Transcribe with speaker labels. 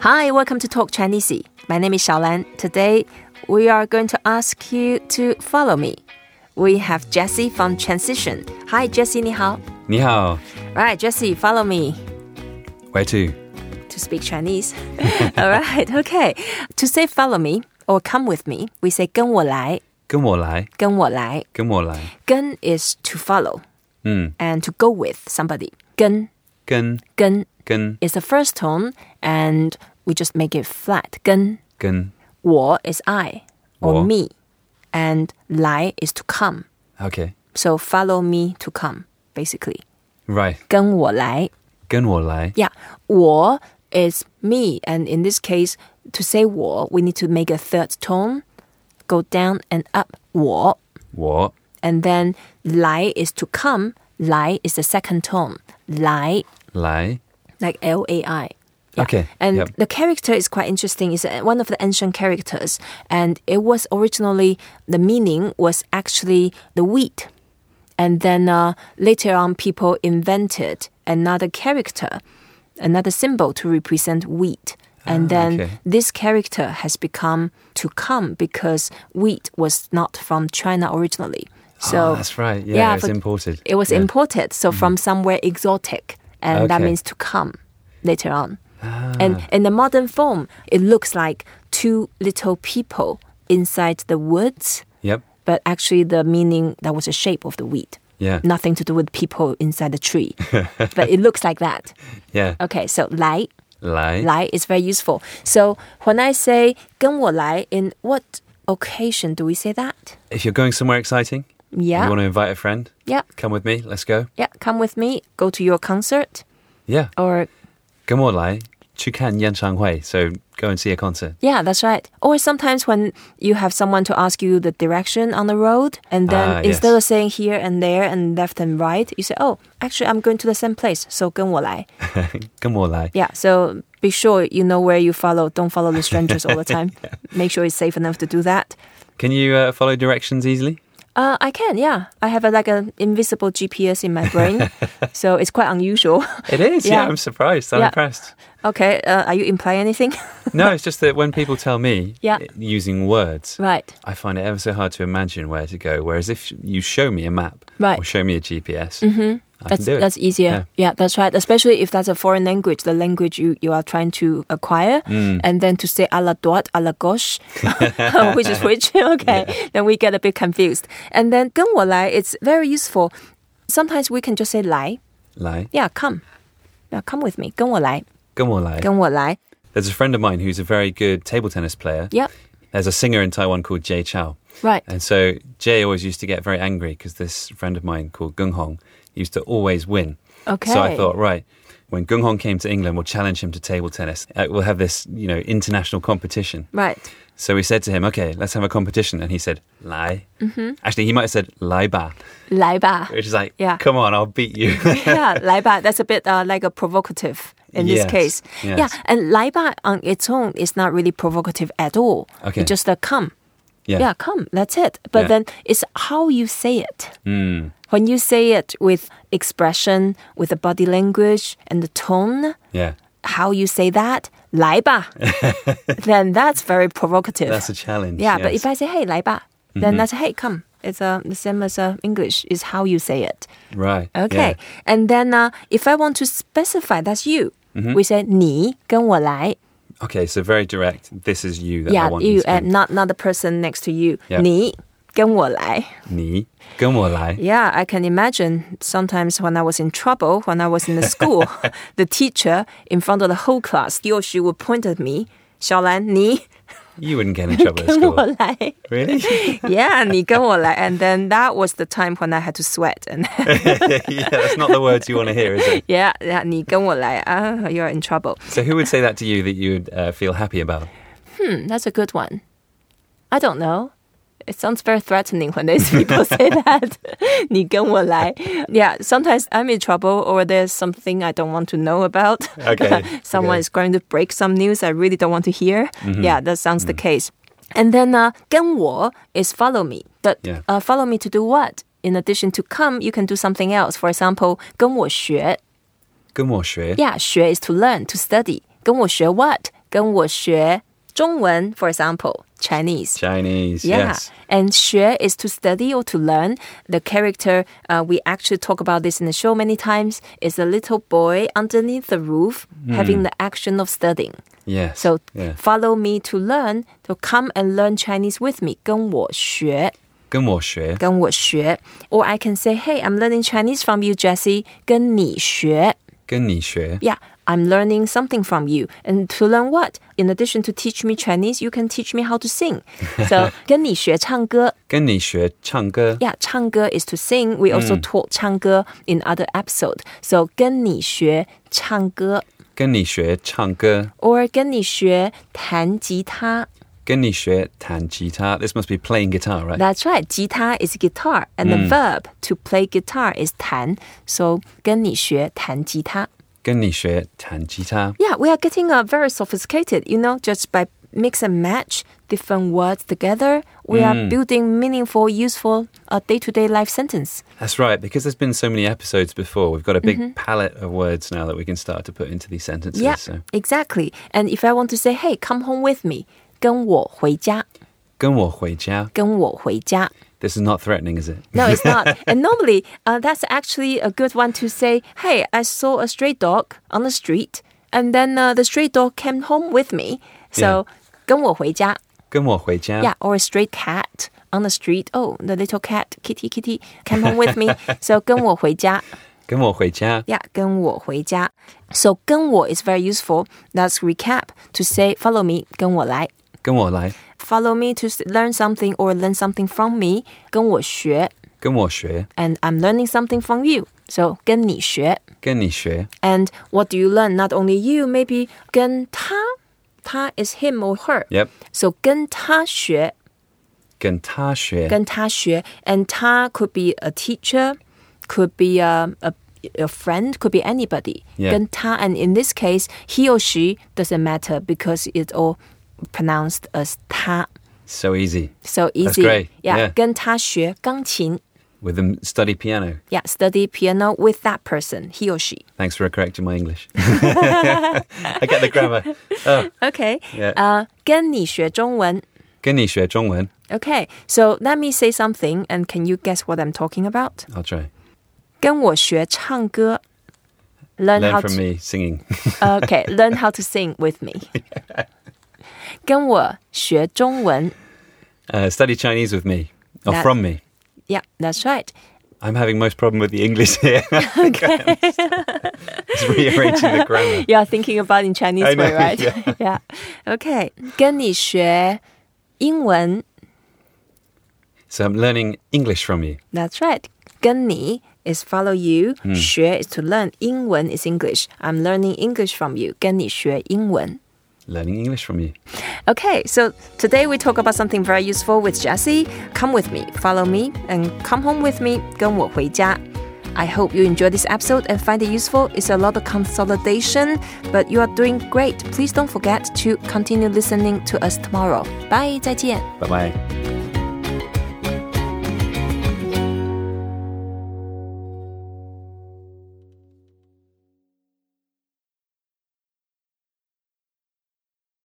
Speaker 1: Hi, welcome to Talk Chinese. My name is Xiaolan. Today, we are going to ask you to follow me. We have Jessie from Transition. Hi, Jessie, 你好.
Speaker 2: 你好
Speaker 1: Right, Jessie, follow me
Speaker 2: ，Where to？
Speaker 1: to speak Chinese. All right, okay. To say follow me or come with me, we say 跟我来,
Speaker 2: 跟我来，
Speaker 1: 跟我来.
Speaker 2: 跟我来。
Speaker 1: 跟 is to follow
Speaker 2: 嗯，
Speaker 1: and to go with somebody. 跟,
Speaker 2: 跟
Speaker 1: 跟
Speaker 2: 跟
Speaker 1: is the first tone and we just make it flat. 跟
Speaker 2: 跟。
Speaker 1: 我 is I or
Speaker 2: 我。
Speaker 1: me, and 来 is to come.
Speaker 2: OK，right，
Speaker 1: So follow me to come, basically. 跟我来.
Speaker 2: 跟我来。
Speaker 1: Yeah, 我 is me, and in this case, to say 我, we need to make a third tone, go down and up 我,
Speaker 2: 我
Speaker 1: and then 来 is to come, 来 is the second tone, 来
Speaker 2: 来。
Speaker 1: like L A I.
Speaker 2: Okay,
Speaker 1: And
Speaker 2: yep.
Speaker 1: the character is quite interesting. It's uh, one of the ancient characters, and it was originally the meaning was actually the wheat, and then uh, later on people invented another character, another symbol to represent wheat, and then
Speaker 2: Ah, okay.
Speaker 1: this character has become to come because wheat was not from China originally. So
Speaker 2: Oh, that's right. Yeah, it's
Speaker 1: for-
Speaker 2: imported.
Speaker 1: It was
Speaker 2: Yeah. Mm.
Speaker 1: imported, so from somewhere exotic, and that
Speaker 2: Okay. Ah.
Speaker 1: means to come later on. And in the modern form, it looks like two little people inside the woods,
Speaker 2: Yep.
Speaker 1: but actually the meaning that was the shape of the wheat.
Speaker 2: Yeah.
Speaker 1: Nothing to do with people inside the tree, but it looks like that.
Speaker 2: Yeah.
Speaker 1: Okay, so 来
Speaker 2: 来。
Speaker 1: 来is very useful. So when I say 跟我来, in what occasion do we say that?
Speaker 2: If you're going somewhere exciting,
Speaker 1: Yeah.
Speaker 2: you want to invite a friend,
Speaker 1: Yeah,
Speaker 2: come with me. Let's go.
Speaker 1: yeah. Come with me. Go to your concert.
Speaker 2: Yeah.
Speaker 1: or
Speaker 2: 跟我来去看演唱会。So go and see a concert.
Speaker 1: yeah, that's right. Or sometimes when you have someone to ask you the direction on the road, and then
Speaker 2: Ah,
Speaker 1: instead
Speaker 2: yes.
Speaker 1: of saying here and there and left and right, you say, "Oh, actually, I'm going to the same place, so 跟我来."
Speaker 2: 跟我来。
Speaker 1: Yeah, so be sure you know where you follow. Don't follow the strangers all the time. Make sure it's safe enough to do that.
Speaker 2: Can you uh, follow directions easily?
Speaker 1: Uh, I can, yeah. I have a, like an invisible GPS in my brain, so it's quite unusual.
Speaker 2: It is. Yeah,
Speaker 1: Yeah.
Speaker 2: I'm surprised. I'm
Speaker 1: Yeah.
Speaker 2: impressed.
Speaker 1: okay, uh, are you implying anything?
Speaker 2: No, it's just that when people tell me
Speaker 1: Yeah.
Speaker 2: uh, using words,
Speaker 1: right.
Speaker 2: I find it ever so hard to imagine where to go. Whereas if you show me a map
Speaker 1: Right.
Speaker 2: or show me a GPS, mm-hmm. I
Speaker 1: That's,
Speaker 2: can do it.
Speaker 1: that's easier. Yeah. that's right. Especially if that's a foreign language, the language you, you are trying to acquire,
Speaker 2: Mm.
Speaker 1: and then to say a la droite, a la gauche, which is which. okay, then we get a bit confused. And then 跟我来, it's very useful. Sometimes we can just say 来,
Speaker 2: Lai.
Speaker 1: yeah, come. Yeah, come with me. 跟我来,
Speaker 2: Come on, Lai.
Speaker 1: 跟我来.
Speaker 2: There's a friend of mine who's a very good table tennis player.
Speaker 1: Yep.
Speaker 2: There's a singer in Taiwan called Jay Chow.
Speaker 1: Right.
Speaker 2: And so Jay always used to get very angry because this friend of mine called Gung Hong used to always win. So
Speaker 1: Okay.
Speaker 2: I thought, right, when Gung Hong came to England, we'll challenge him to table tennis. Uh, we'll have this, you know, international competition.
Speaker 1: Right.
Speaker 2: So we said to him, okay, let's have a competition. And he said, Lai. Mm-hmm. Actually, he might have said, Lai Ba.
Speaker 1: 来吧.
Speaker 2: which is like,
Speaker 1: Yeah.
Speaker 2: come on, I'll beat you.
Speaker 1: yeah, 来吧. That's a bit uh, like a provocative in this
Speaker 2: Yes,
Speaker 1: case.
Speaker 2: yes.
Speaker 1: Yeah, and 来吧 on its own is not really provocative at all.
Speaker 2: Okay.
Speaker 1: It's just a come.
Speaker 2: yeah.
Speaker 1: Yeah, come. That's it. But
Speaker 2: Yeah. Hmm.
Speaker 1: then it's how you say it. When you say it with expression, with the body language and the tone,
Speaker 2: Yeah.
Speaker 1: how you say that, 来吧, then that's very provocative.
Speaker 2: That's a challenge.
Speaker 1: yeah, but
Speaker 2: yes.
Speaker 1: if
Speaker 2: Mm-hmm.
Speaker 1: I say, hey, 来吧, then that's, hey, come. It's uh, the same as uh, English, is how you say it.
Speaker 2: Right.
Speaker 1: Okay. And then uh, if I want to specify, that's you.
Speaker 2: Mm-hmm.
Speaker 1: We say 你跟我来.
Speaker 2: yeah. Okay, so very direct. This is you that I
Speaker 1: Yeah,
Speaker 2: want
Speaker 1: you
Speaker 2: to
Speaker 1: and not not the person next to you.
Speaker 2: Yeah.
Speaker 1: 你跟我来.
Speaker 2: Ni. Come on, Lai.
Speaker 1: Yeah, I can imagine sometimes when I was in trouble, when I was in the school, the teacher in front of the whole class, he or she would point at me. 小兰,你跟我来.
Speaker 2: You wouldn't get in trouble at school. Really?
Speaker 1: yeah, 你跟我来. And then that was the time when I had to sweat and
Speaker 2: yeah, that's not the words you want to hear, is it?
Speaker 1: yeah, yeah, 你跟我来. Ah, you're in trouble.
Speaker 2: So who would say that to you that you would uh, feel happy about?
Speaker 1: Hmm, that's a good one. I don't know. It sounds very threatening when these people say that. 你跟我来. Yeah, sometimes I'm in trouble or there's something I don't want to know about.
Speaker 2: Okay,
Speaker 1: Someone
Speaker 2: okay. Mm-hmm.
Speaker 1: is going to break some news I really don't want to hear. Yeah, that sounds the case. And then uh, 跟我 is follow me. But
Speaker 2: Yeah.
Speaker 1: uh, follow me to do what? In addition to come, you can do something else. For example, 跟我学.
Speaker 2: Good more, Shui.
Speaker 1: Yeah, 学 is to learn, to study. 跟我学 what? 跟我学中文，for example Chinese.
Speaker 2: Chinese,
Speaker 1: Yeah,
Speaker 2: yes.
Speaker 1: and 学 is to study or to learn. The character uh, we actually talk about this in the show many times is a little boy underneath the roof having the action of studying.
Speaker 2: Yes.
Speaker 1: So
Speaker 2: Hmm. yeah.
Speaker 1: follow me to learn. So come and learn Chinese with me. 跟我学.
Speaker 2: 跟我学.
Speaker 1: 跟我学. Or I can say, hey, I'm learning Chinese from you, Jesse. 跟你学.
Speaker 2: 跟你学.
Speaker 1: Yeah, I'm learning something from you. And to learn what? In addition to teach me Chinese, you can teach me how to sing. So 跟你学唱歌.
Speaker 2: 跟你学唱歌.
Speaker 1: Yeah, 唱歌 is to sing. We also taught 唱歌 in other episode. So 跟你学唱歌
Speaker 2: 跟你学唱歌.
Speaker 1: or 跟你学弹吉他.
Speaker 2: 跟你学弹吉他. This must be playing guitar, right?
Speaker 1: That's right. 吉他 is guitar, and the verb to play guitar is 弹. So 跟你学弹吉他.
Speaker 2: 跟你学弹吉他.
Speaker 1: Yeah, we are getting uh, very sophisticated, you know, just by mix and match different words together. We are building meaningful, useful uh, day-to-day life sentence.
Speaker 2: That's right, because there's been so many episodes before, we've got a big palette of words now that we can start to put into these sentences.
Speaker 1: Mm-hmm. yeah,
Speaker 2: So,
Speaker 1: exactly. And if I want to say, hey, come home with me, 跟我回家,
Speaker 2: 跟我回家.
Speaker 1: 跟我回家.
Speaker 2: This is not threatening, is it?
Speaker 1: No, it's not. and normally, uh, that's actually a good one to say, hey, I saw a stray dog on the street, and then uh, the stray dog came home with me. So, 跟我回家.
Speaker 2: 跟我回家.
Speaker 1: Yeah, or a stray cat on the street. Oh, the little cat, kitty, kitty, came home with me. So, 跟我回家.
Speaker 2: 跟我回家.
Speaker 1: Yeah, 跟我回家. So, 跟我 is very useful. Let's recap to say, follow me, 跟我来.
Speaker 2: 跟我来.
Speaker 1: Follow me to s- learn something or learn something from me, 跟我学.
Speaker 2: 跟我学.
Speaker 1: and I'm learning something from you. So 跟你学.
Speaker 2: 跟你学.
Speaker 1: And what do you learn? Not only you, maybe 跟他.他 is him or her.
Speaker 2: Yep.
Speaker 1: So 跟他学.
Speaker 2: 跟他学.
Speaker 1: 跟他学. And 他 could be a teacher, could be a, a, a friend, could be anybody.
Speaker 2: Yeah.
Speaker 1: 跟他. And in this case, he or she doesn't matter because it's all pronounced as 他.
Speaker 2: so easy.
Speaker 1: So easy.
Speaker 2: great.
Speaker 1: Yeah.
Speaker 2: Yeah.
Speaker 1: 跟他学钢琴.
Speaker 2: With them study piano.
Speaker 1: Yeah, study piano with that person, he or she.
Speaker 2: Thanks for correcting my English. I get the grammar. Oh,
Speaker 1: Okay.
Speaker 2: Yeah.
Speaker 1: Uh, 跟你学中文.
Speaker 2: 跟你学中文.
Speaker 1: Okay. So let me say something and can you guess what I'm talking about?
Speaker 2: I'll try.
Speaker 1: 跟我学唱歌. Learn,
Speaker 2: Learn
Speaker 1: how
Speaker 2: from
Speaker 1: to
Speaker 2: me singing.
Speaker 1: Okay, learn how to sing with me. 跟我学中文.
Speaker 2: Uh, study Chinese with me. Or
Speaker 1: That-
Speaker 2: from me.
Speaker 1: Yeah, that's right.
Speaker 2: I'm having most problem with the English here. Okay. it's rearranging the grammar.
Speaker 1: You are thinking about in Chinese
Speaker 2: I know,
Speaker 1: way, right?
Speaker 2: yeah.
Speaker 1: yeah. Okay. 跟你学英文.
Speaker 2: So I'm learning English from you.
Speaker 1: That's right. 跟你 is follow you,
Speaker 2: Hmm.
Speaker 1: 学 is to learn, 英文 is English. I'm learning English from you. 跟你学英文.
Speaker 2: Learning English from you.
Speaker 1: Okay, so today we talk about something very useful with Jessie. Come with me, follow me, and come home with me. 跟我回家. I hope you enjoy this episode and find it useful. It's a lot of consolidation, but you are doing great. Please don't forget to continue listening to us tomorrow. Bye, 再见.
Speaker 2: Bye bye.